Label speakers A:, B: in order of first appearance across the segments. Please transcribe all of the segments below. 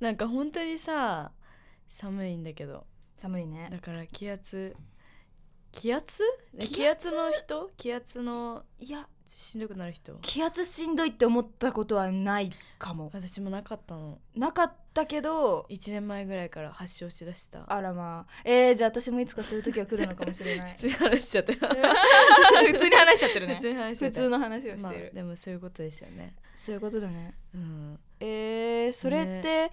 A: なんか本当にさ寒いんだけど
B: 寒いね
A: だから気圧気圧
B: 気圧
A: 気圧の人気圧の
B: いや
A: しんどくなる人
B: 気圧しんどいって思ったことはないかも
A: 私もなかったの
B: なかったけど
A: 1年前ぐらいから発症しだした
B: あらまあえー、じゃあ私もいつかそういう時は来るのかもしれ ない
A: 普通に話しちゃった
B: 普通に話しちゃってるね
A: 普通に話しちゃ
B: 普
A: った
B: 通の話をし
A: まあ
B: てる、
A: でもそういうことですよね
B: そういうことだね
A: うん、
B: えー、それって、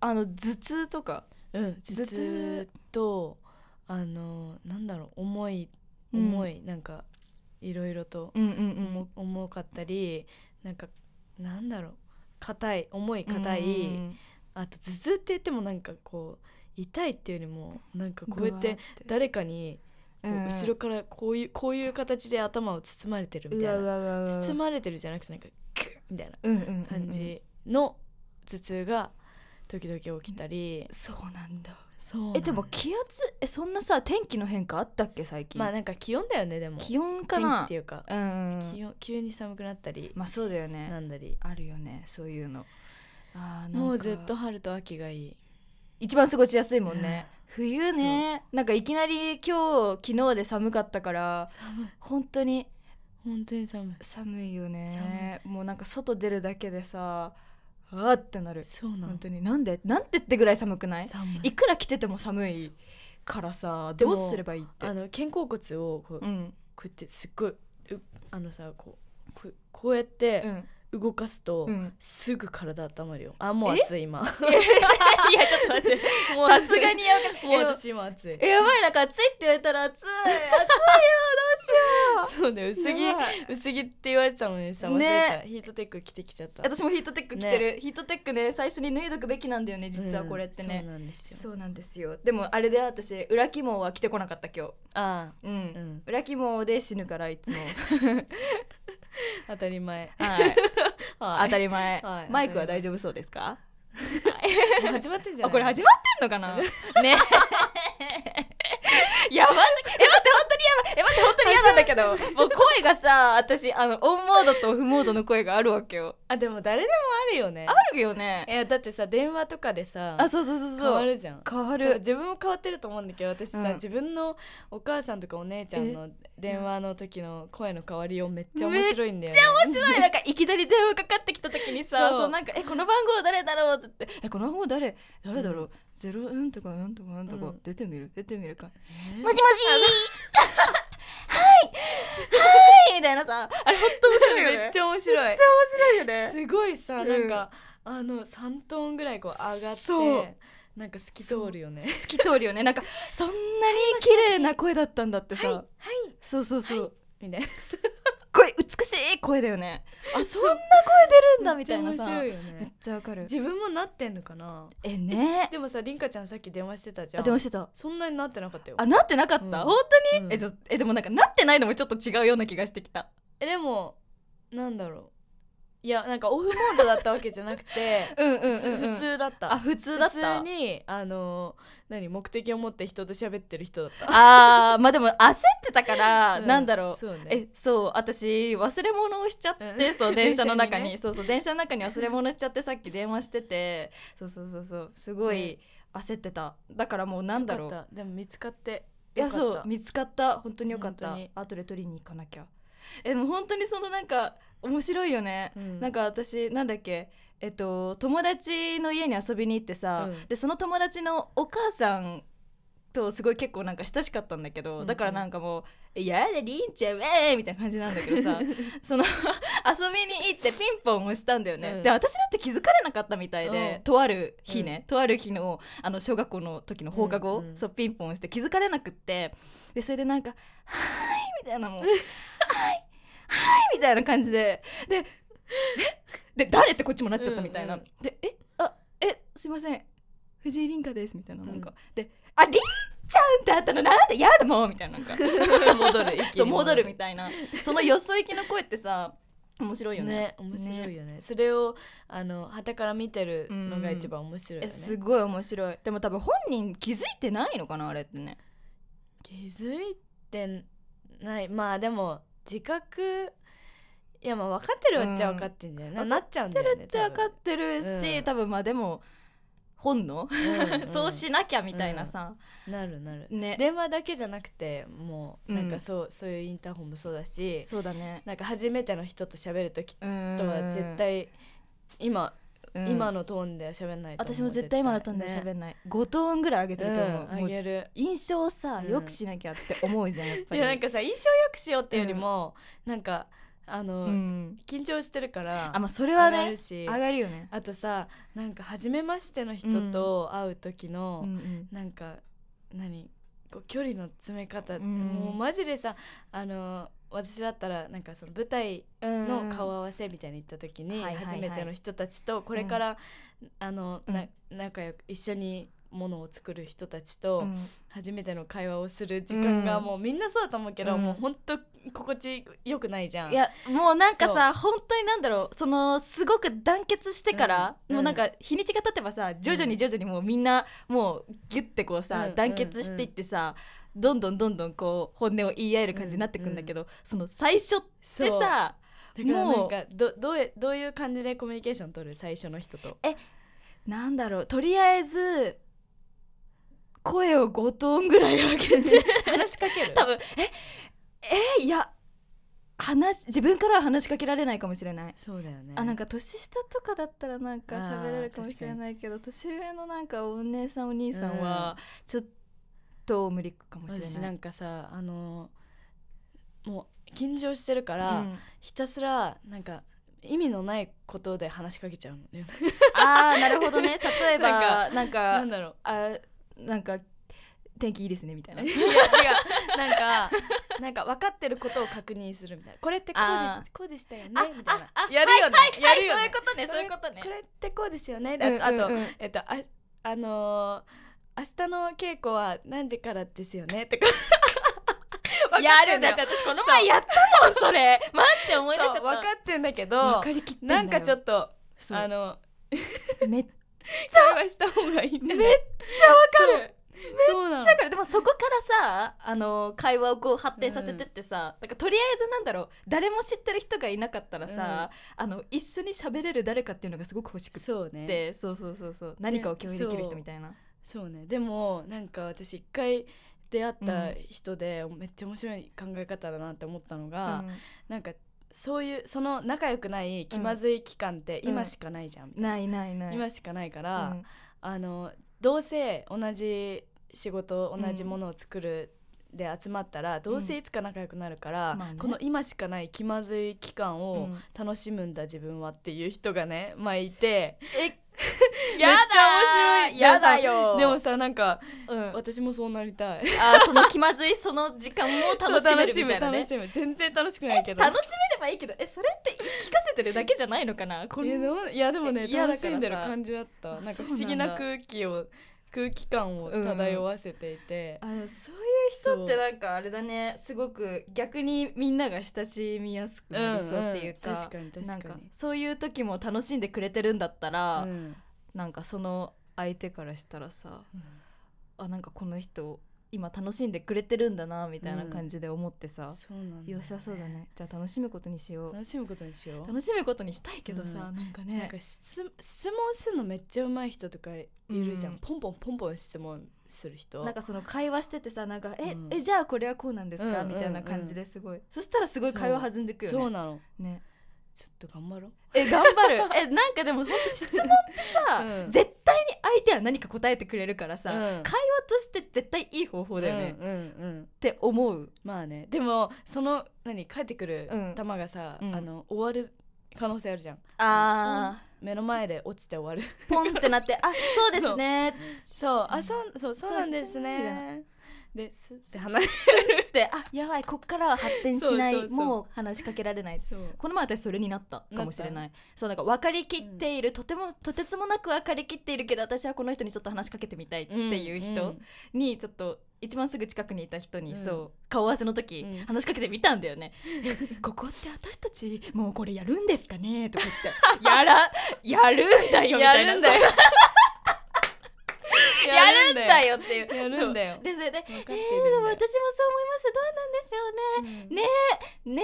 B: あの頭痛とか
A: うん、
B: 頭
A: 頭
B: 痛
A: 痛とあのなんだろう重い
B: うん
A: 重い、なんかいろいろと
B: うんうん
A: 重,、
B: う
A: 重かったりなんかなんだろう硬い重い硬い、
B: うん
A: あと頭痛って言ってもなんかこう痛いっていうよりもなんかこうやっ
B: ぐ
A: て
B: わー
A: 誰かにこう
B: うん
A: 後ろからこういうこういう形で頭を包まれてるみ
B: う
A: た
B: わ
A: いうな
B: わうわうわ
A: 包まれてるじゃなくてなんかクッみたいな
B: うんうんうんうん
A: 感じの頭痛が時々起きたり、
B: そうなんだ
A: そうなの
B: えでも気圧えそんなさ天気の変化あったっけ最近、
A: まあなんか気温だよねでも
B: 気温か
A: 天気
B: な
A: っていうか、
B: うんうん
A: 気温急に寒くなったり、
B: まあそうだよ
A: な
B: ね
A: んだり
B: あるよねそういうのあーなんか
A: もうずっと春と秋がいい
B: 一番過ごしやすいもんね冬ねなんかいきなり今日昨日で寒かったから
A: 寒い
B: 本当に
A: 本当に寒い
B: 寒いよねもうなんか外出るだけでさあーってなる
A: そうなの
B: 本当になんでなんてってぐらい寒くない
A: 寒
B: い
A: い
B: くら着てても寒いからさ
A: で
B: ど
A: も
B: うすればいいって
A: あの肩甲骨をこう
B: うん
A: こうやってすっごいうあのさこうこうこうやって
B: ん
A: 動かすと、
B: うん
A: すぐ体温まるよあもう暑い今
B: いやちょっと待って
A: もう
B: さすがにやばい
A: もう私今暑い
B: えやばいなんか暑いって言われた ら暑い暑いよどうしよ
A: そうね
B: う
A: 薄着
B: やばい
A: 薄着って言われてたのにさ忘れ
B: ね
A: た、ヒートテック着てきちゃった
B: 私もヒートテック着てる、ヒートテックね最初に脱いどくべきなんだよね実は
A: うん
B: これって
A: そう
B: ね、
A: なんですよ
B: そうなんですよでもあれで私裏起毛は着てこなかった今
A: あ
B: 日うん、
A: あうん
B: 裏起毛で死ぬからいつも
A: 当たり前
B: はい
A: は
B: 当
A: い
B: たり前、
A: はい
B: マイクは大丈夫そうですか
A: もう始まってんじゃな
B: あ
A: い
B: これ始まってんのかな ねやばいえ待って本当にやばいえ待って本当に嫌なんだけどもう声がさ私あのオンモードとオフモードの声があるわけよ
A: あでも誰でもあるよね
B: ある よね
A: えだってさ電話とかでさ
B: あそうそうそうそう
A: 変わるじゃん
B: 変わ
A: だから
B: る
A: 自分も変わってると思うんだけど私さ、
B: うん
A: 自分のお母さんとかお姉ちゃんの電話の時の声の変わりようめっちゃ面白いんだよね
B: 面白いなんかいきなり電話かかってきた時にさそ
A: そうう
B: なんか「えこの番号誰だろう?」っつって「えこの番号誰誰だろう
A: う
B: ゼロうんとかなんとかなんとか、
A: うん
B: 出てみる出てみるか
A: えー
B: もしもしはいはいみたいなさあれほんと面白いよね
A: めっちゃ面白い
B: めっちゃ面白いよね
A: すごいさ、
B: うん
A: なんかあの3トーンぐらいこう上がっ
B: そう
A: てなんか透き通るよね
B: 透き通るよねなんかそんなに綺麗な声だったんだってさ、
A: い
B: そうそうそう、
A: みたいな
B: 声美しい声だよねあそんな声出るんだみたいな
A: めっ
B: さ
A: ちゃ面白
B: め
A: い
B: っ
A: よね
B: ちゃわかる
A: 自分もなってんのかな
B: えね
A: でもさりんかちゃんさっき電話してたじゃ
B: あ
A: ん
B: 電話してた
A: そんなになってなかったよ
B: あなってなかった、
A: うん
B: 本当に、
A: うん
B: えちょえでもなんかなってないのもちょっと違うような気がしてきた
A: えでもなんだろういやなんかオフモードだったわけじゃなくて
B: うんうん
A: 普通普通だった
B: あ普通だった
A: 普通にあの何目的を持って人と喋ってる人だった
B: あーまあでも焦ってたから、
A: うん
B: なんだろう
A: そうね
B: えそう私忘れ物をしちゃって、
A: うん
B: そう電車の中
A: 電車にね
B: にそうそう電車の中に忘れ物しちゃってさっき電話しててそうそうそうそうすごい焦ってただからもうなんだろ
A: よか
B: う
A: ったでも見つかって
B: いや
A: よかった
B: そう見つかった本当によかった
A: 本当に
B: 後で取りに行かなきゃえでも本当にそのなんか面白いよね、
A: うん
B: なんか私なんだっけえっと友達の家に遊びに行ってさ、
A: うん
B: でその友達のお母さんとすごい結構なんか親しかったんだけど、
A: うんうん
B: だからなんかもう「えやだりんちゃんわー」みたいな感じなんだけどさその 遊びに行ってピンポンをしたんだよね、
A: うん
B: で私だって気づかれなかったみたいで、
A: うん
B: とある日ね、とある日のあの小学校の時の放課後、
A: うんうん
B: そうピンポンして気づかれなくってでそれでなんか「はーい」みたいなもう「はいはい」みたいな感じでで「えで誰?」ってこっちもなっちゃったみたいな、
A: うんうん
B: で「えあえすいません藤井凛香です」みたいななんか、
A: う
B: で「ありんちゃんってあったのなんでやだもう」みたいななん か
A: 戻る一気
B: そう
A: に
B: 戻るみたいなそのよそ行きの声ってさ面白いよね
A: ね面白いよねそれをあの旗から見てるのが一番面白いよ
B: え
A: ね、
B: すごい面白いでも多分本人気づいてないのかなあれってね
A: 気づいてないまあでも自覚いやまあ分かってるっちゃ分かってんだよね、
B: うん
A: なっちゃうんだよね
B: めっちゃ分かってるし、
A: うん
B: 多分まあでも本能、
A: うんうん
B: そうしなきゃみたいなさ、
A: なるなる、
B: ね
A: 電話だけじゃなくてもう
B: う
A: な
B: ん
A: んかそう,、そういうインターホンもそうだし
B: そうだね
A: なんか初めての人と喋る時
B: うーん
A: とは絶、対今、
B: うん
A: 今のトーンでは喋んないと思う
B: 私も絶対今のトーンで喋んない、5トーンぐらい上げてると思う,、
A: うん、あ
B: もう
A: げる
B: 印象をさ
A: うん
B: 良くしなきゃって思うじゃんやっぱ
A: い
B: り
A: やなんかさ印象良くしようっていうよりも、なんかあ
B: う
A: の、
B: ん
A: 緊張してるから
B: あまあそれは
A: 上が
B: ね
A: るし
B: 上がるよね
A: あとさなんか初めましての人と会う時の、
B: うん
A: なんか何こう距離の詰め方、
B: うん
A: もうマジでさあの私だったらなんかその舞台
B: うん
A: の顔合わせみたいに行った時に、
B: はいはいはい
A: 初めての人たちとこれから、あのな仲良く一緒にものを作る人たちと
B: うん
A: 初めての会話をする時間が
B: うん
A: もうみんなそうだと思うけど、
B: うん
A: もうほんと心地よくないじゃん。
B: いやもうなんかさ本当になんだろうそのすごく団結してから、
A: うん
B: もうなんか日にちが経てばさ徐々に徐々にもうみんなもうギュッてこうさ、
A: うん
B: 団結していってさ、どんどんどんどんこう本音を言い合える感じになってくんだけど、その最初って
A: そう
B: さ
A: だからな
B: も
A: ん
B: う
A: かどどうやどういう感じでコミュニケーション取る最初の人 と。
B: なんだろうとりあえず声を5トーンぐらい上げて
A: 話しかける
B: 多分ええいや話自分からは話しかけられないかもしれない。
A: そうだよね。
B: あなんか年下とかだったらなんか
A: あー
B: 喋れるかもしれないけど年上のなんかお姉さんお兄さんはちょっと無理かもしれない。
A: 私なんかさあのもう緊張してるから、
B: うん
A: ひたすらなんか意味のないことで話しかけちゃうのね。
B: あーなるほどね例えばなん
A: な
B: か
A: んだろう。
B: あなんか天気いいですねみたいない
A: や違うなんかなんか分かってることを確認するみたいなこれってこう
B: あ
A: ですこうでしたよねみたいな
B: あ
A: やるよねやるよ
B: そうい
A: ね
B: うことね
A: こ
B: そう
A: れ
B: いうことね
A: こ。れってこうですよね
B: うん
A: あとあ
B: う
A: と
B: んうん
A: えっとああのー明日の稽古は何時からですよねとか分か
B: や
A: って
B: る
A: ん
B: ん
A: だ
B: だ
A: よ
B: って私この前やったもんそれ待って思い出しちゃ
A: そ
B: っ
A: う
B: た
A: 分かってんだけ
B: わ
A: ど
B: かりきってんだ
A: な
B: よ
A: んか ちょっと
B: そう
A: あの
B: めっち
A: 会話した方がいいんじゃない
B: めっゃわかる
A: そうなの
B: だからでもそこからさあの会話をこう発展させてってさ、なんかとりあえずなんだろう誰も知ってる人がいなかったらさ、あの一緒に喋れる誰かっていうのがすごく欲しくっ
A: そうね
B: てそうそうそうそう何かを共有できる人みたいな、
A: そうねでもなんか私一回出会った人で、めっちゃ面白い考え方だなって思ったのが、なんかそういうその仲良くない気まずい期間って
B: うん
A: 今しかないじゃん、
B: うんないないない
A: 今しかないか
B: う
A: ら、
B: ん
A: あのどうせ同じ仕事同じものを作る、で集まったらどうせいつか仲良くなるから、
B: まあね
A: この今しかない気まずい期間
B: う
A: を
B: ん
A: 楽しむんだ自分はっていう人がねまあいて めっ
B: え
A: ちゃ面白い
B: やだよ
A: でもさなんか
B: うん、あ
A: 私もそうなりたい
B: ーその気まずいその時間も楽しめるみたいなね
A: 楽しむ楽しむ全然楽しくないけど
B: 楽しめればいいけどえそれって言い聞かせてるだけじゃないのかなこん
A: いやでもいやでもね
B: いや
A: 楽しんでる
B: だからさ
A: 感じだった
B: あ
A: なんか
B: そう
A: 不
B: なんだ
A: 思議な空気を空気感を漂わせていて、
B: あのそういう人ってなんかあれだねすごく逆にみんなが親しみやすくなりそうっていうか,、
A: んん確かに
B: な
A: 確
B: ん
A: か
B: か
A: に
B: そういう時も楽しんでくれてるんだったら、
A: うん
B: なんかその相手からしたらさあなんかこの人今楽しんでくれてるんだなみたいな感じで思ってさ、
A: そうなんだよね
B: 良さそうだねじゃあ楽しむことにしよう
A: 楽しむことにしよう
B: 楽しむことにしたいけどさ、
A: う
B: なんか
A: なん
B: ね
A: か質質問するのめっちゃうまい人とかいるじゃん、
B: うん
A: ポンポンポンポン質問する人
B: なんかその会話しててさなんか「え,、
A: うん
B: えじゃあこれはこうなんですか
A: うんうんうん
B: みたいな感じですごいそしたらすごい会話弾んでくよね
A: そうなの
B: ね
A: ちょっと頑張ろう
B: え頑張る えなんかでも本当質問ってさ、
A: うん
B: 絶対に相手は何か答えてくれるからさ、
A: うん
B: 会話として絶対いい方法だよね、っ
A: うんうんうん
B: て思う
A: まあねでもその何帰ってくる
B: うん
A: 球がさ、
B: うん
A: あの終わる可能性あるじゃん
B: あ
A: 目の前で落ちて終わる
B: ーポンってなってあそうですね
A: そうあそうそうそうなんです
B: そうです
A: ねですって話
B: ってあやばいこっからは発展しない
A: そうそうそう
B: もう話しかけられない
A: そう
B: この前私それになったかもしれないそうなんか分かりきっている、とてもとてつもなく分かりきっているけど私はこの人にちょっと話しかけてみたいっていう人、にちょっと一番すぐ近くにいた人に、
A: うん
B: そう顔合わせの時、
A: うん
B: 話しかけてみたんだよね「ここって私たちもうこれやるんですか ね?」とか言って「やらやるんだよ」みたいな
A: やるんだよ
B: そう やるんだよっていう
A: やるんだよ
B: そうでそれで「
A: 分か
B: えー、
A: って
B: でも
A: るんだよ
B: 私もそう思いますどうなんでしょうね
A: うん
B: ねえね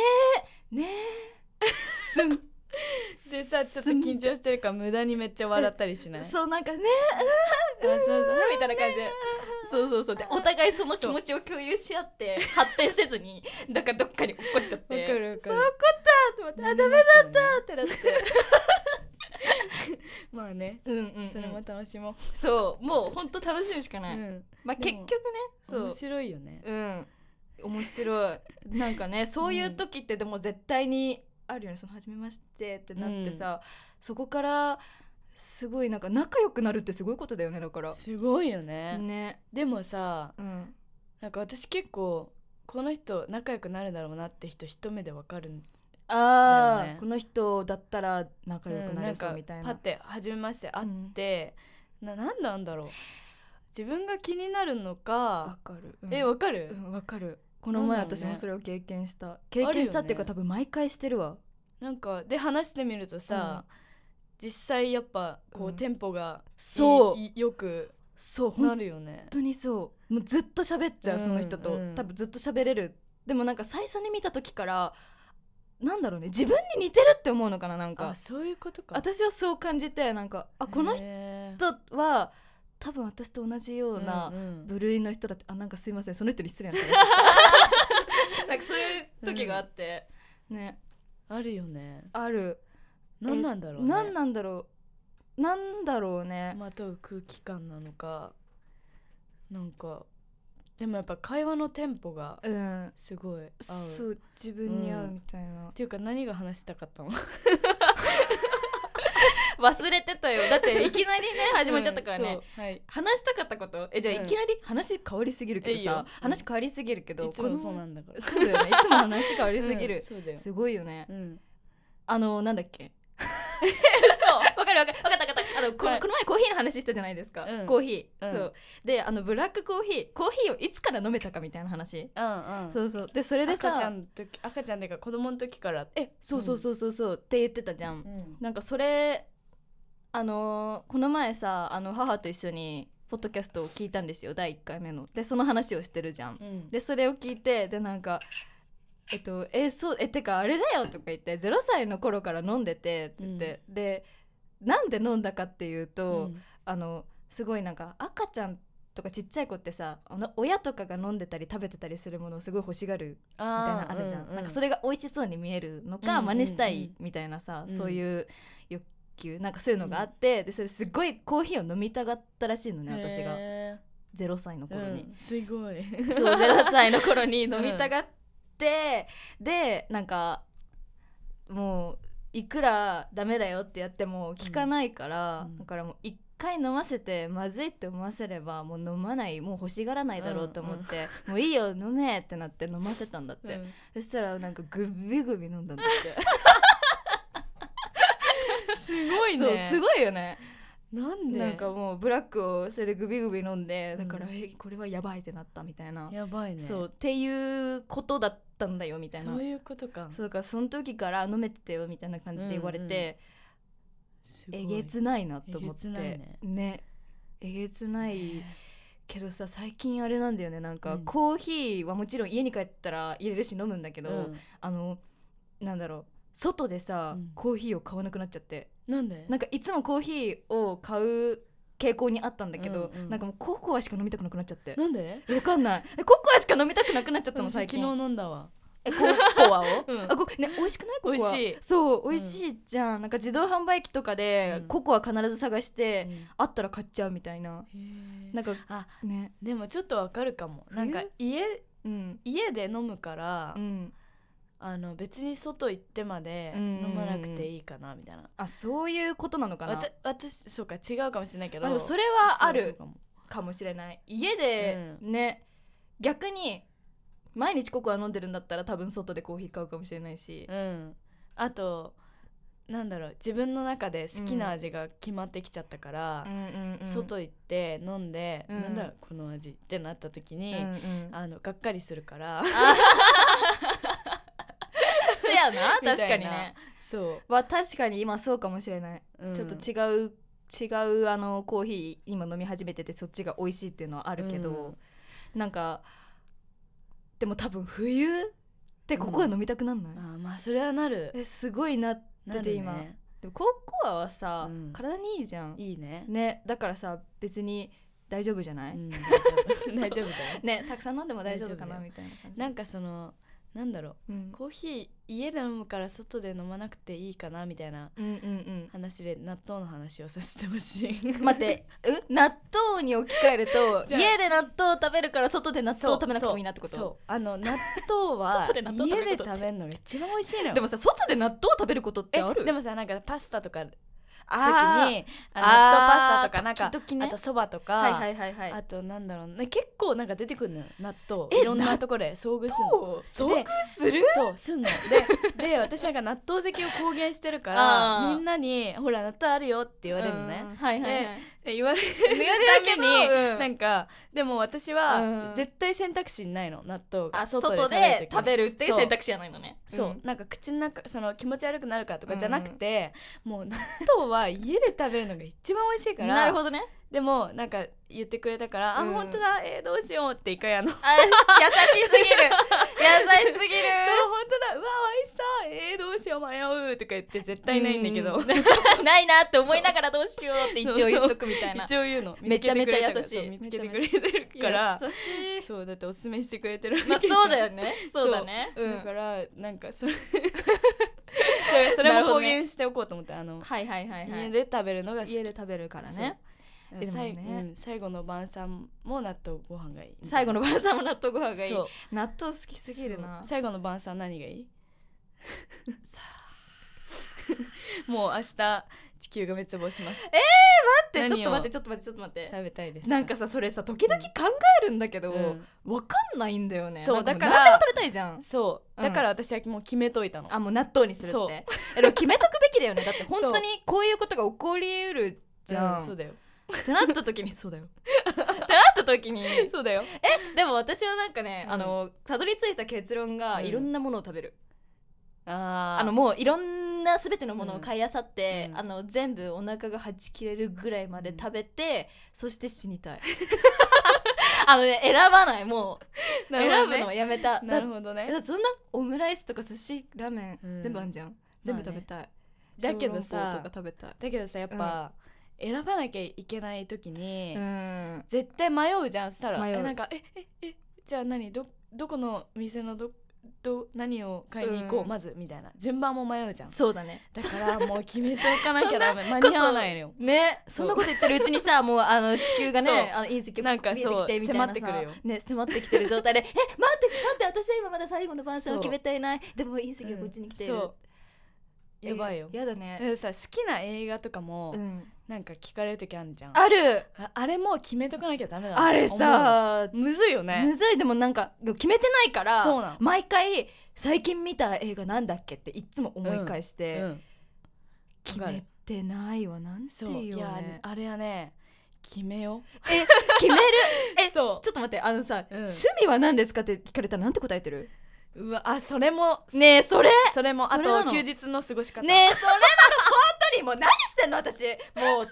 B: えねえすん
A: でさちょっと緊張してるから無駄にめっちゃ笑ったりしない
B: そうなんかね
A: あそうそう
B: みたいな感じでそうそうそうでお互いその気持ちを共有し合って発展せずになんかどっかに落っこっちゃって
A: わかるわかる
B: そう怒ったと思ってあダメ
A: だ
B: だ
A: った
B: ってなって
A: まあね
B: うんうん、うん、
A: それも楽しも
B: そうもう本当楽しみしか
A: う、
B: ない、
A: うん
B: まあ結
A: で
B: 局
A: も
B: ねそう
A: 面白いよね
B: うん面白いなんか ねそういう時ってでも絶対にあるよねその初めましてってなってさ、そこからすごいなんか仲良くなるってすごいことだよねだから
A: すごいよね
B: ね
A: でもさ
B: うん
A: なんか私結構この人仲良くなるだろうなって人一目でわかるん
B: あ
A: だ
B: あ、
A: よね
B: この人だったら仲良
A: う
B: く
A: ん
B: な
A: なん
B: れそ
A: か
B: うみたい
A: パ
B: な,、
A: ッて初めまして会っ
B: うん
A: て、ななんなんだろう自分が気になるの
B: わ
A: か、
B: かる、
A: えわかる、
B: うん、わかるこの前
A: なんだろうね
B: 私もそれを経験した、
A: よ
B: 経
A: ね
B: 験したっていうか、多分毎回してるわ
A: なんかで話してみるとさ、実際やっぱこう、
B: うん
A: テンポがいい
B: そう
A: いよく
B: そう本
A: なるよね
B: 本当にそうもうずっと喋っちゃう、
A: うん
B: その人と、
A: うん
B: 多分ずっと喋れるでもなんか最初に見た時からなんだろうね自分に似てるって思うのかななん
A: あ
B: か
A: そういうことか
B: 私はそう感じてなんかあこの人
A: へー
B: は多分私と同じような
A: うんうん
B: 部類の人だって、あなんかすいませんその人に失礼な 話なんかそういう時があって、ね
A: あるよね
B: ある
A: 何なんだろうね
B: 何なんだろうなんだろうね、
A: まとう空気感なのかなんかでもやっぱ会話のテンポが
B: うん
A: すごい合う
B: そ
A: っ
B: う自分に合うみたいな、
A: ていうか何が話したかったの
B: 忘れてたよだっていき なりね始まっちゃったからね、
A: うん そうはい
B: 話したかったことえじゃあ
A: うん
B: いきなり話変わりすぎるけど
A: いいよう
B: さ
A: ん、
B: 話変わりすぎるけど
A: いつもそう
B: こ
A: な
B: の
A: んだから
B: そうだよねいつも話変わりす
A: う
B: ぎ
A: ん
B: る、
A: そうだよ
B: すごいよね、
A: うん
B: あのなんだっけそう わかるわかるわかったわかったあのこの,、
A: はい
B: この前コーヒーの話したじゃないですか、
A: うん
B: コーヒー、
A: うん
B: そうであのブラックコーヒーコーヒーをいつから飲めたかみたいな話、
A: うんうん
B: そうそうでそれでさ
A: 赤ちゃんの時赤ちゃんっていうか子供の時から
B: えそうそうそうそうそうって言ってたじゃ
A: う
B: ん
A: ん
B: なんかそれあのーこの前さあの母と一緒にポッドキャストを聞いたんですよ第1回目の。でその話をしてるじゃん。でそれを聞いてでなんか「えっとえそうえてかあれだよ」とか言って「0歳の頃から飲んでて」って言って、でなんで飲んだかっていうと、
A: うん
B: あのすごいなんか赤ちゃんとかちっちゃい子ってさあの親とかが飲んでたり食べてたりするものをすごい欲しがる
A: あ
B: みた
A: ー
B: いなのあるじゃん,、
A: うう
B: なんかそれが美味しそうに見えるの
A: うんうん
B: か、
A: うん
B: 真似したいみたいなさ、
A: うん
B: そういう欲求なんかそういうのがあって、でそれすごいコーヒーを飲みたがったらしいのね私が
A: へ
B: 0歳の
A: ー
B: 頃に、
A: うんすごい
B: そう0歳の頃に飲みたがって、でなんかもういくらダメだよってやっても聞かないから、
A: うん
B: だからもう一回飲ませてまずいって思わせればもう飲まないもう欲しがらないだろうと思って、もういいよ飲めってなって飲ませたんだって、
A: うん
B: そしたらなんかグビグビ飲んだんだ って。
A: すごい
B: そう
A: ね
B: すごいよね。
A: なんで
B: なんかもうブラックをそれでグビグビ飲んで、
A: うん
B: だからえこれはやばいってなったみたいな。
A: やばいね
B: そうっていうことだったんだよみたいな。
A: そういうことか
B: そうだからその時から飲めてたよみたいな感じで言われて、
A: すごい
B: えげつないなと思って
A: えげつないね
B: えげつないけどさ最近あれなんだよねなんか、
A: うん
B: コーヒーはもちろん家に帰ったら入れるし飲むんだけど、
A: うん
B: あのなんだろう外でさ、
A: うん
B: コーヒーを買わなくなっちゃって
A: なんで
B: なんかいつもコーヒーを買う傾向にあったんだけど、
A: うんうん
B: なんかもうココアしか飲みたくなくなっちゃって
A: なんで
B: わかん ないえココアしか飲みたくなくなっちゃったの
A: 私
B: 最
A: 昨日
B: 近
A: 飲んだわ
B: えココアを、
A: うん
B: あこね美味しくないココア
A: 美味しい
B: そう
A: うん
B: 美味しいじゃん、なんか自動販売機とかで、
A: うん
B: ココア必ず探して、
A: うん
B: あったら買っちゃうみたいななんか
A: あ
B: ね
A: でもちょっとわかるかもなんか家
B: うん
A: 家で飲むから、
B: うん
A: あの別に外行ってまで
B: うんうんうん
A: 飲まなくていいかなみたいな、
B: あそういうことなのかな
A: わた私そうか違うかもしれないけど
B: あでもそれはあ
A: そうそう
B: る
A: かも
B: かもしれない家でね、逆に毎日ココア飲んでるんだったら多分外でコーヒー買うかもしれないし、
A: うんあとなんだろう自分の中で好きな味が決まってきちゃったから、
B: うんうんうん
A: 外行って飲んで、
B: うん
A: なんだこの味ってなった時
B: うん
A: に、
B: うん
A: あのがっかりするから
B: せ やな
A: みたいな
B: 確かにね
A: そ
B: は確かに今そうかもしれない、
A: う、うん
B: ちょっと違う違うあのコーヒー今飲み始めててそっちが美味しいっていうのはあるけど、なんかでも多分冬ってここは飲みたくなんない、
A: あーまあそれはなる
B: えすごいなっだって今
A: なるね
B: でもココアはさ、
A: うん
B: 体にいいじゃん
A: いいね、
B: ねだからさ別に大丈夫じゃない、
A: う ん、大丈夫大丈夫だよ
B: ねたくさん飲んでも大丈夫か
A: 大丈夫だ
B: な
A: よ
B: みたいな感じ
A: なんかそのなんだろう
B: うん
A: コーヒー家で飲むから外で飲まなくていいかなみたいな
B: うんうん
A: 話で納豆の話をさせてほしい
B: うん待って、うん、納豆に置き換えると
A: じゃあ
B: 家で納豆を食べるから外で納豆を食べなくてもいいなってこ
A: そうそ
B: と
A: うあの納豆は
B: 外で納豆食べ
A: 家
B: る
A: で
B: ことって
A: 食べるのが一番美味しいのよ
B: でもさ外で納豆を食べることって
A: え
B: ある
A: でもさなんかパスタとか時に
B: あー
A: あの納豆パスタとか
B: あー
A: なんか
B: 時々ね
A: あとそばとか、
B: はいはいはいはい
A: あとなんだろうね結構なんか出てくるのよ納豆
B: え
A: いろんなところで遭遇するの
B: そう遭遇する
A: そうすんの でで私なんか納豆好きを公言してるから
B: あー
A: みんなに「ほら納豆あるよ」って言われるのね
B: う、んはいはいはい
A: で言われる
B: 言われるけど
A: ために、
B: うん
A: なんかでも私
B: う
A: は
B: ん
A: 絶対選択肢にないの納豆が
B: あ外で食べ
A: る
B: るっていう選択肢じゃないのね
A: 時にそう、
B: ん
A: なんか口の中その気持ち悪くなるからとかじゃなくて、もう納豆は家で食べるのが一番美味しいから
B: なるほどね
A: でもなんか言ってくれたから「
B: うん
A: あ本当だえーどうしよう」って一回あの「そう
B: あ優しすぎる優しすぎる
A: 本当だうわ美味しそうえーどうしよう迷う」とか言って絶対ないんだけど、
B: うないなって思いながらどうしようって一応言っとくみたいな
A: 一応言うの
B: めちゃめちゃ優しい
A: 見つけてくれてるからそう見つけてくれてるから
B: 優しい
A: そうだっておすすめしてくれてるわけ
B: まあそうだよね
A: そう
B: そうだねうん
A: だからなんかそれだか らそれも公言しておこうと思って、あの
B: はいはいはいは
A: 家
B: い
A: で食べるのが好き
B: 家で食べるからね
A: うんさい
B: でもね
A: うん最後の晩餐も納豆ご飯がいい
B: 最後の晩餐も納豆ご飯がいい
A: そう
B: 納豆好きすぎるな
A: そう最後の晩餐何がいいもう明日地球が滅亡します
B: 待ってちょっと
A: 何を
B: 待ってちょっと待ってちょっと待って
A: 食べたいです
B: なんかさそれさ時々考えるんだけど、
A: うん
B: わかんないんだよね
A: そう
B: なん
A: だから
B: もう何でも食べたいじゃん
A: そう
B: うん
A: だから私はもう決めといたの、
B: あもう納豆にする
A: そ
B: っ
A: う
B: てえでも決めとくべきだよねだって本
A: そう
B: 当にこういうことが起こりうるじゃん、
A: うそうだよ
B: ってなっ た時にそうだよってなった時に
A: そうだよ
B: でも私はなんかね、
A: うん
B: あのたどり着いた結論が
A: うん
B: いろんなものを食べる、
A: あ
B: あのもういろんな全てのものを買いあさって、
A: うん
B: あの全部お腹がはち切れるぐらいまで食べて、そして死 にたい あのね選ばないもう、選ぶのをやめた
A: な
B: だ
A: るほどね
B: だってそんなオムライスとか寿司ラーメン、
A: うん
B: 全部あんじゃん全部食べたい、
A: だけどさ
B: 小籠包とか食べたい
A: だけどさやっぱ、選ばなきゃいけない時に、
B: うん
A: 絶対迷うじゃんそしたら
B: 迷う
A: えなんかえええじゃあ何どどこの店のどど何を買いに行こう、
B: うん
A: まずみたいな順番も迷うじゃん
B: そうだね
A: だからもう決めておかなきゃダメ間に合わないのよ
B: ねそんなこと言ってるうちにさもうあの地球がね
A: そう
B: あの隕石
A: なんか
B: 見えてきてみたいなさ
A: そう迫ってくるよ
B: ね迫ってきてる状 態でえ待って待って私は今まだ最後の晩餐を決めていないでも隕石がこっちに来ている、
A: うんそうやばいよ
B: えやだ
A: だ
B: ね、
A: からさ好きな映画とかも、
B: うん
A: なんか聞かれる時あるじゃんあ
B: ある
A: あれも決めとかなきゃダメだ
B: あれさ
A: むずいよね
B: むずいでもなんかでも決めてないから
A: そうなの
B: 毎回最近見た映画なんだっけっていっつも思い返し
A: う
B: て、
A: ん
B: 決めてないわなんて
A: そ
B: いうう
A: い
B: よ
A: や
B: ね
A: あれはね決めよう
B: え決めるえ
A: そ
B: ちょっと待ってあのさ、
A: うん
B: 趣味は何ですかって聞かれたらなんて答えてる
A: ううわあそれも
B: ねえそれ
A: それもあ
B: それな
A: と
B: の
A: 休日の過ごし方
B: ねえそれなの 本当にもう何してんの私もう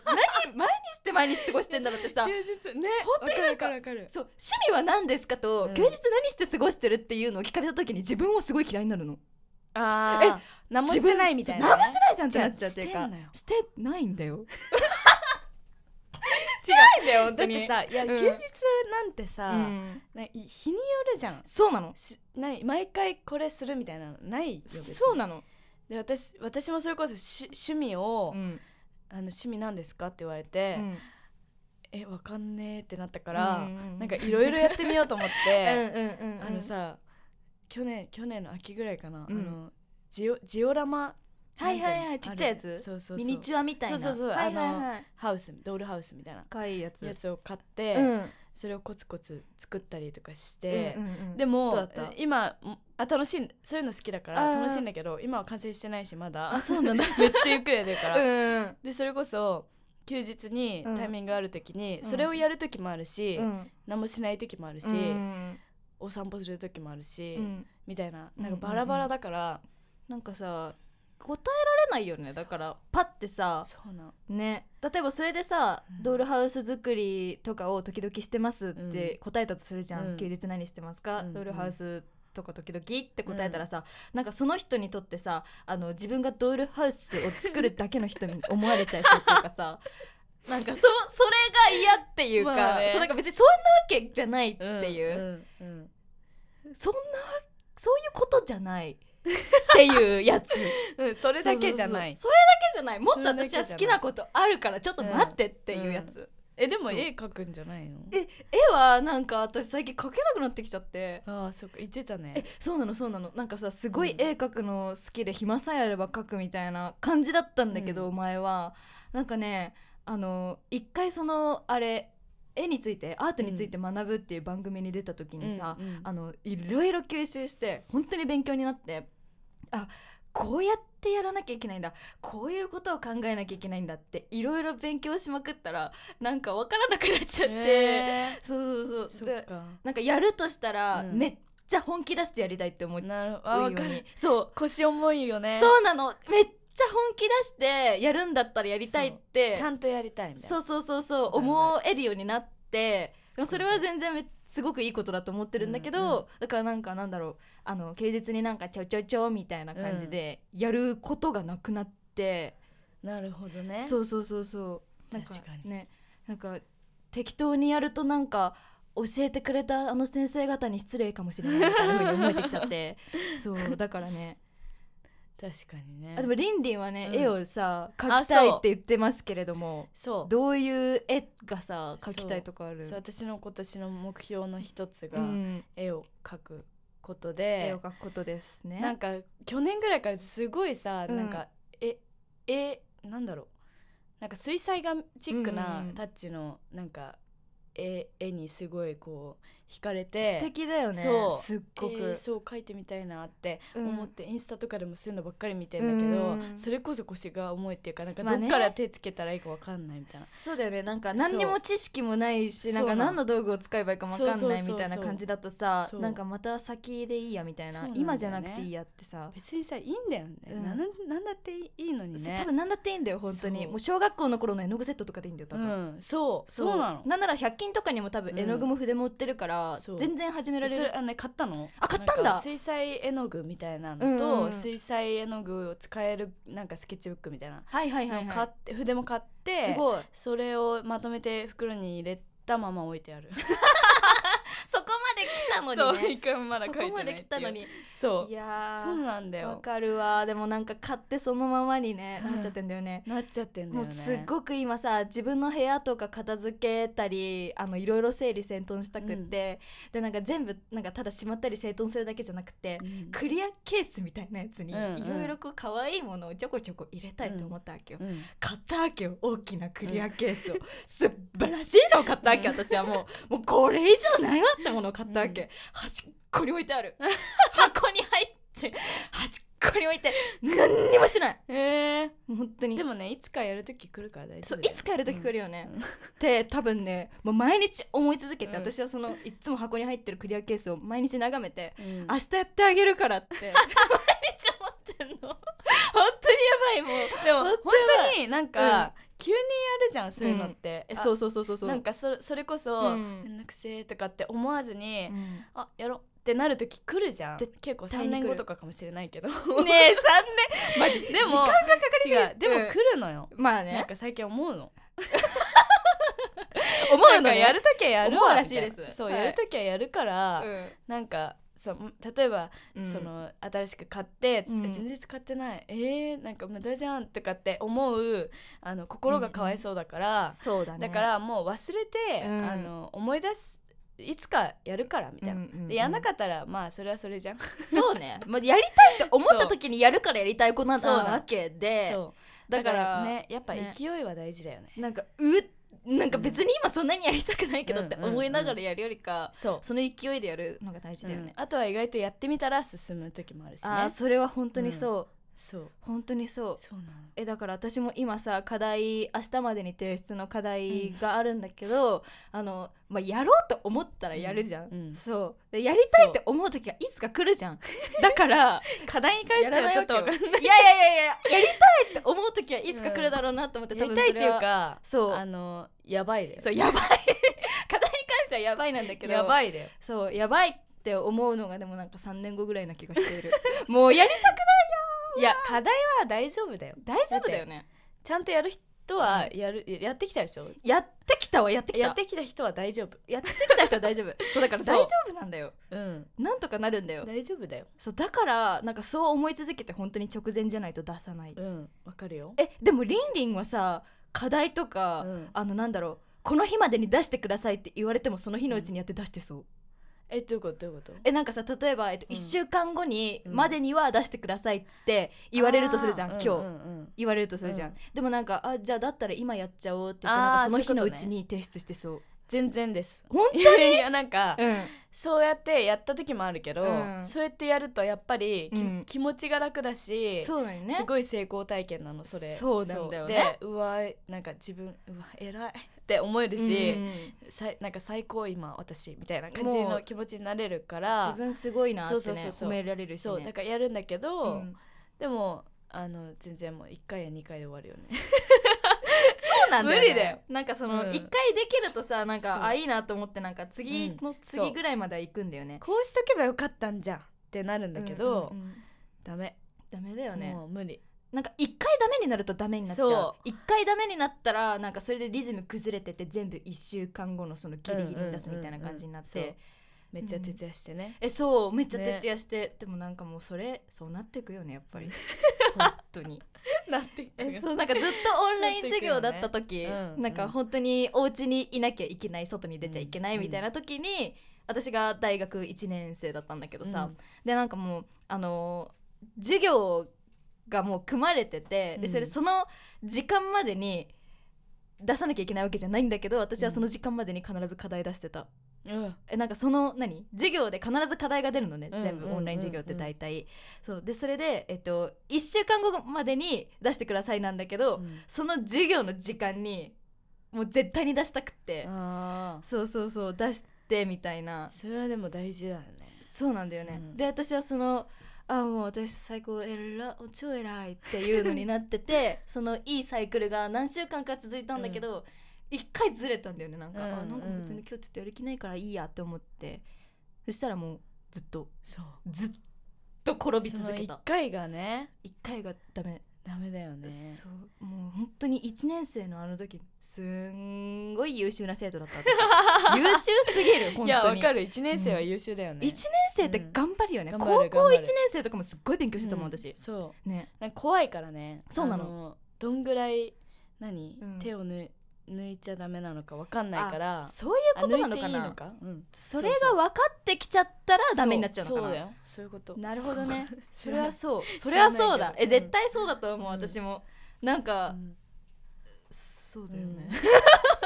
B: 何毎日して毎日過ごしてんだろうって さ
A: 休日ね
B: 本当になんか
A: わかるわか
B: そう趣味は何ですかと、
A: うん
B: 休日何して過ごしてるっていうのを聞かれた時に自分をすごい嫌いになるの
A: るああ何もしてないみたいなね
B: 自分何もしてないじゃんってなっちゃうっていう
A: じゃあ
B: か してないんだよしていんだよ本
A: だって
B: だっ
A: さいや
B: うん
A: 休日なんて
B: て
A: さ
B: さ、うん
A: ない日によるじゃん
B: そうなの
A: しない毎回これするみたいなのないよ別に
B: そうなの、
A: で私私もそれこそし趣味を
B: ん
A: あの趣味なんですかって言われてえわかんねえってなったからなんかいろいろやってみようと思っ
B: う
A: て
B: んうん うんうん
A: あのさ去年去年の秋ぐらいかな、
B: うん
A: あのジオジオラマ
B: はいはいはい
A: なんてうの
B: ちっちゃいやつ
A: あるそうそうそう
B: ミニチュアみたいな
A: そうそうそう
B: はいはい
A: あ
B: はい
A: ハウスドールハウスみたいな
B: かわいいやつ
A: やつを買って、
B: うん
A: それをコツコツ作ったりとかして、
B: うんうんうん
A: で
B: どうだ
A: も
B: った
A: 今あ楽しいそういうの好きだか
B: あ
A: ら
B: ー
A: 楽しいんだけど今は完成してないしまだ
B: あそうなんだ
A: めっちゃゆっくりやってるから、
B: うん
A: でそれこそ休日に
B: うん
A: タイミングある時に、
B: うん
A: それをやる時もあるし、
B: うん
A: 何もしない時もあるし、
B: うん
A: お散歩する時もあるし、
B: うん
A: みたいな
B: うん
A: なんかバラバラだから、
B: なんかさ答えられないよねだからパッてさ
A: そうなの
B: ね例えばそれでさ、
A: うん
B: ドールハウス作りとかを時々してますって
A: うん
B: 答えたとするじゃ
A: う
B: ん、
A: ん
B: 休日何してますか、
A: うん
B: ドールハウスとか時々って答えたらさ、なんかその人にとってさあの自分がドールハウスを作るだけの人に思われちゃいそうっていうか さなんかそそれが嫌っていうか、
A: まあね
B: そうなんか別にそんなわけじゃないっていう、
A: う、うんうん
B: そんなわそういうことじゃないっていう やつ
A: うんうんそれだけじゃない
B: そうそうそうそれだけじゃないもっと私は好きなことあるからちょっと待ってっていうやつ、
A: えでも
B: そう
A: 絵描くんじゃないの
B: え絵はなんか私最近描けなくなってきちゃって
A: ああそっか言ってたね
B: えそうなのそうなのなんかさすごい
A: うん
B: 絵描くの好きで暇さえあれば描くみたいな感じだったんだけど、
A: う
B: 前はなんかねあの一回そのあれ絵についてアートについて学ぶっていう番組に出た時にさ、
A: うんうん
B: あのいろいろ吸収して本当に勉強になってあこうやってやらなきゃいけないんだこういうことを考えなきゃいけないんだっていろいろ勉強しまくったらなんか分からなくなっちゃって、
A: え
B: そうそう
A: ー
B: そ
A: そうっ
B: で
A: か
B: なんかやるとしたら、
A: うん
B: めっちゃ本気出してやりたいって思っちゃ
A: なるほど
B: うよう
A: 分か
B: に
A: る
B: そう、
A: 腰重いよね
B: そうなのめっちゃ本気出してやるんだったらやりたいって
A: ちゃんとやりたいみたいな
B: そうそうそうそう
A: わかるわ
B: 思えるようになってでもそれは全然めすごくいいことだと思ってるんだけど、
A: うんうん
B: だからなんかなんだろうあの休日になんかちょちょちょみたいな感じでやることがなくなって、
A: なるほどね
B: そうそうそうそうなん
A: 確かに
B: ねなんか適当にやるとなんか教えてくれたあの先生方に失礼かもしれないみたいな風に思えてきちゃって そうだからね
A: 確かにね
B: あでもリンリンはね、
A: うん
B: 絵をさ描きたいって言ってますけれども
A: そう
B: どういう絵がさ描きたいとかある
A: そう私の今年の目標の一つが
B: うん、
A: 絵を描くこと
B: 絵
A: で
B: を、描くことですね。
A: なん
B: か
A: か去年ぐらいからすごいさ、
B: うん
A: なんかええなんだろうなんか水彩画チック
B: う
A: なん
B: うん
A: タッチのなんか絵絵にすごいこう惹かれて
B: 素敵だよね
A: そう
B: すっごく、
A: えーそう描いてみたいなって
B: うん
A: 思って、インスタとかでもそういうのばっかり見てんだけど、
B: うん
A: それこそ腰が重いっていうかなんか
B: まあ
A: ど
B: ね
A: っから手つけたらいいかわかんないみたいな、
B: そうだよねなんか何にも知識もないし
A: そう
B: なんか何の道具を使えばいいかも分かん
A: そうそう
B: ない
A: そうそ
B: み
A: う
B: たいな感じだとさ
A: そう
B: なんかまた先でいいやみたい
A: そう
B: な
A: なんだよね
B: 今じゃなくていいやってさ、
A: 別にさいいんだよね、
B: うん
A: ななんなんだっていいのに
B: そう
A: ね
B: 多分何だっていいんだよ本当に
A: そう
B: もう小学校の頃の絵の具セットとかでいいんだよ多分、
A: うんそうそうなの
B: なんなら100均とかにも多分絵の具も筆も売ってるから、
A: そう
B: 全然始められ
A: そ
B: る
A: れあのね買ったの
B: あ買ったんだ
A: なか水彩絵の具みたいなのと、
B: うんうん
A: 水彩絵の具を使えるなんかスケッチブックみたいな
B: はいはいはい
A: のを買っ
B: は
A: て筆も買って
B: いすごい
A: それをまとめて袋に入れたまま置いてある
B: そこまで来 たのにね
A: 回も
B: そこまで来たのに
A: そう
B: いやー
A: そうなんだ
B: わ
A: よ
B: かるわでもなんか買ってそのままにねなっちゃってんだよね
A: なっちゃってんだ
B: も
A: よ
B: う
A: ね
B: すっごく今さ自分の部屋とか片付けたりあのいろいろ整理整頓したくって、でなんか全部なんかただしまったり整頓するだけじゃなくて、
A: うん
B: クリアケースみたいなやつにい
A: うんうん
B: ろいろこう可愛いものをちょこちょこ入れたいと思ったわけよ、
A: うん
B: 買ったわけよ大きなクリアケースを、素晴らしいのを買ったわけ
A: うん
B: 私はもうもうこれ以上ないわってものを買ったわけ、
A: う
B: 端っこに置いてある箱に入って端っこに置いて何にもしてない
A: え
B: もう本当
A: ー、
B: に
A: でもねいつかやるとき来るから大丈
B: そ
A: 夫
B: う
A: だ
B: い
A: よ
B: つかやる時来るよね、
A: うん
B: って多分ねもう毎日思い続けて、
A: うん
B: 私はそのいっつも箱に入ってるクリアケースを毎日眺めて
A: うん
B: 明日やってあげるからって 毎日思ってんの本当にやばいもう
A: でも本当になん
B: う
A: か急にやるじゃんそういうのって、
B: え
A: あ
B: そうそうそうそうそう
A: なんかそそれこそ「
B: うん
A: めんどくせえ」とかって思わずに「
B: うん
A: あやろう」ってなる時来るじゃん
B: 絶
A: 結構
B: 対に来
A: 3
B: る
A: 年後とかかもしれないけどで
B: ねえ3年マジ で
A: も
B: ぎる
A: 違うでも来るのよ、
B: まあ
A: なん
B: ね
A: か最近思うの
B: 思う
A: な
B: の
A: ん
B: ね
A: かやる時はやる
B: 思
A: わ
B: うら
A: み
B: したい
A: いな
B: です
A: そう、
B: はい
A: やる時はやるから、
B: うん
A: なんかそう例えば、
B: うん
A: その新しく買って、
B: うん
A: え全然使ってないえー、なんか無駄じゃんとかって思うあの心がかわいそうだから、
B: そうだね
A: だからもう忘れて、
B: うん
A: あの思い出すいつかやるからみたいな、
B: うんうんうん
A: でやんなかったらまあそれは それじゃん、
B: そうね、まあ、やりたいって思った時にやるからやりたい子な
A: そうなの
B: わけで
A: そう
B: だ
A: だ
B: か
A: かららねやっぱ
B: ね
A: 勢いは大事だよね
B: なんかうなんか別に今そんなにやりたくないけどって
A: うんうんうん
B: 思いながらやるよりか、
A: そう
B: その勢いでやるのが大事だ
A: う
B: よ
A: ん
B: ね、
A: あとは意外とやってみたら進む時もあるし
B: あ
A: ね
B: あそれは本当にそう、
A: そう
B: 本当にそう
A: そうなの
B: えだから私も今さ課題明日までに提出の課題があるんだけど、あの、まあ、やろうと思ったらやるじゃん、
A: うんうん
B: そうでやりたいって思う時がいつか来るじゃんだ から
A: 課題に関してはちょっとわかんない
B: いやいやいやいややりたいって思う時はいつか来るだろうなと思って、
A: や
B: 多
A: り
B: 分
A: たい
B: そ
A: って
B: れ
A: いう
B: は
A: か
B: そう
A: あのやばいだよ
B: そうやばい課題に関してはやばいなんだけど
A: やばいだよ
B: そうやばいって思うのがでもなんか3年後ぐらいな気がしている もうやりたく
A: いや課題は大丈夫だよ
B: 大丈夫だよね
A: ちゃんとやる人はやる、やってきたでしょ
B: やってきたわやってきた
A: やってきた人は大丈夫
B: やってきた人は大丈夫そうだから
A: そう
B: 大丈夫なんだよ
A: うん
B: なんとかなるんだよ
A: 大丈夫だよ
B: そうだからなんかそう思い続けて本当に直前じゃないと出さない
A: うんわかるよ
B: えでもりんりんはさ課題とか、
A: うん
B: あのなんだろうこの日までに出してくださいって言われてもその日のうちにやって出してそう、
A: えどういうことどういうこと
B: えなんかさ例えば、えっと、
A: うん
B: 1週間後に
A: うん
B: までには出してくださいって言われるとするじゃん、
A: あー
B: 今日、
A: うんうんうん
B: 言われるとするじゃん、
A: うん
B: でもなんかあじゃあだったら今やっちゃおうって言って
A: あー
B: なんかその日の
A: そういう
B: う
A: ことね
B: ちに提出してそう
A: 全然です
B: ほん
A: いやいやなんか、
B: うん
A: そうやってやった時もあるけど、
B: うん
A: そうやってやるとやっぱりき、
B: うん
A: 気持ちが楽だし
B: そうだよね
A: すごい成功体験なのそれ
B: そうなんだよね
A: そうでうわなんか自分うわ偉いって思えるし、
B: うん
A: さいなんか最高今私みたいな感じ
B: も
A: の
B: う
A: 気持ちになれるから
B: 自分すごいなってね
A: そうそうそうそう
B: 褒められるし、ね、
A: そうだからやるんだけど、
B: うん
A: でもあの全然もう1回や2回で終わるよね
B: そうなんだよ、ね、
A: 無理だよ
B: なんかその
A: うん
B: 一、回できるとさなん
A: そう
B: かあいいなと思ってなんか次の
A: そ
B: 次
A: う
B: ぐらいまでは行くんだよね、
A: こうしとけばよかったんじゃんってなるんだけど、
B: うんうんうん
A: ダメ
B: ダメだよね
A: もう無理
B: なんか一回ダメになるとダメになっちゃう
A: そ
B: 一回ダメになったらなんかそれでリズム崩れてて全部1週間後のそのギリギリに出すみたいな感じになって、
A: うんうんうんうんそうめっちゃ徹夜してね、
B: えそうめっちゃ
A: ね
B: 徹夜して、でもなんかもうそれそうなってくよねやっぱり本当に
A: なっていく
B: え
A: よ
B: そうなんかずっとオンライン授業だった時、
A: なってくよねうん
B: なんか本当にお家にいなきゃいけない外に出ちゃいけな
A: う
B: い
A: ん
B: みたいな時に、私が大学1年生だったんだけどさ、
A: うん
B: でなんかもうあのー授業がもう組まれてて、でそれ
A: うん
B: その時間までに出さなきゃいけないわけじゃないんだけど私はその時間までに必ず課題出してた。
A: うん
B: えなんかその何授業で必ず課題が出るのね、
A: うん
B: 全
A: う
B: 部
A: んうん
B: オンライン授業って大体、そうでそれで、えっと、1週間後までに出してくださいなんだけど、
A: うん
B: その授業の時間にもう絶対に出したくって、
A: あー
B: そうそうそう出してみたいな
A: それはでも大事だよね
B: そうなんだよね、
A: うん
B: で私はそのあもう私最高偉い超偉いっていうのになっててそのいいサイクルが何週間か続いたんだけど、一回ずれたんだよねなんか、
A: うん
B: あなんか別
A: うん
B: に今日ちょっとやる気ないからいいやって思ってそしたらもうずっと
A: そう
B: ずっと転び続
A: その
B: け
A: 一
B: た
A: 回がね
B: 一回がダメ、
A: ダメだよね
B: そうもう本当に1年生のあの時すんごい優秀な生徒だった 私優秀すぎる本当に
A: いやわかる一年生は優秀だよね、
B: 1年生って頑張るよね、
A: うん頑張
B: 高
A: る
B: 校1
A: 頑張る
B: 年生とかもすっごい勉強してたもん、
A: うん
B: 私
A: そう
B: ね
A: なんか怖いからね
B: そうなの
A: あどんぐらい何、
B: うん
A: 手を抜い抜いちゃダメなのかわかんないから
B: そういうことなの
A: あ
B: か
A: 抜いていい
B: な
A: のか、うん
B: それが分かってきちゃったらダメになっちゃうのか
A: そう
B: な
A: そうだよそういうこと
B: なるほ どねそ
A: 知ら
B: れ
A: ない
B: はそうそれはそう
A: 知らな
B: だ
A: いけ
B: え
A: ど
B: 絶対そうだと思う、
A: うん
B: 私もなんか、
A: うん
B: そう
A: だよね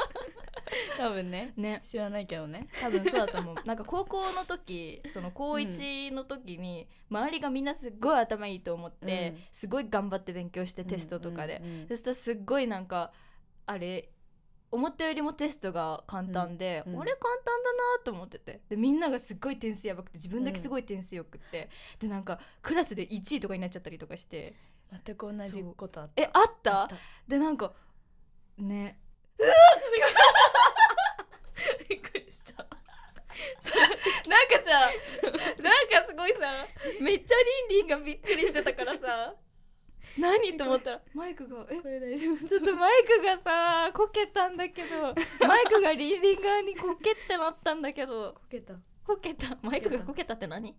A: 多分ね
B: ね
A: 知らないけどね
B: 多分そうだ と思うなんか高校の時その高1の時に周りがみんなすっごい頭いいと思って、
A: うん
B: すごい頑張って勉強してテストとかで、
A: うんうん
B: そしたらすっごいなんかあれ思ったよりもテストが簡単で、
A: うんうん
B: 俺簡単だなと思っててでみんながすっごい点数やばくて自分だけすごい点数よくって、でなんかクラスで1位とかになっちゃったりとかして
A: うん全く同じことあった
B: えあった
A: あった
B: でなんかね
A: びっくりした
B: なんかさなんかすごいさめっちゃリンリンがびっくりしてたからさ何と思ったらマイクがえ
A: これ大丈夫
B: ちょっとマイクがさこけたんだけどマイクがリンリン側にこけってなったんだけど
A: こけた
B: こけたマイクがこけたって何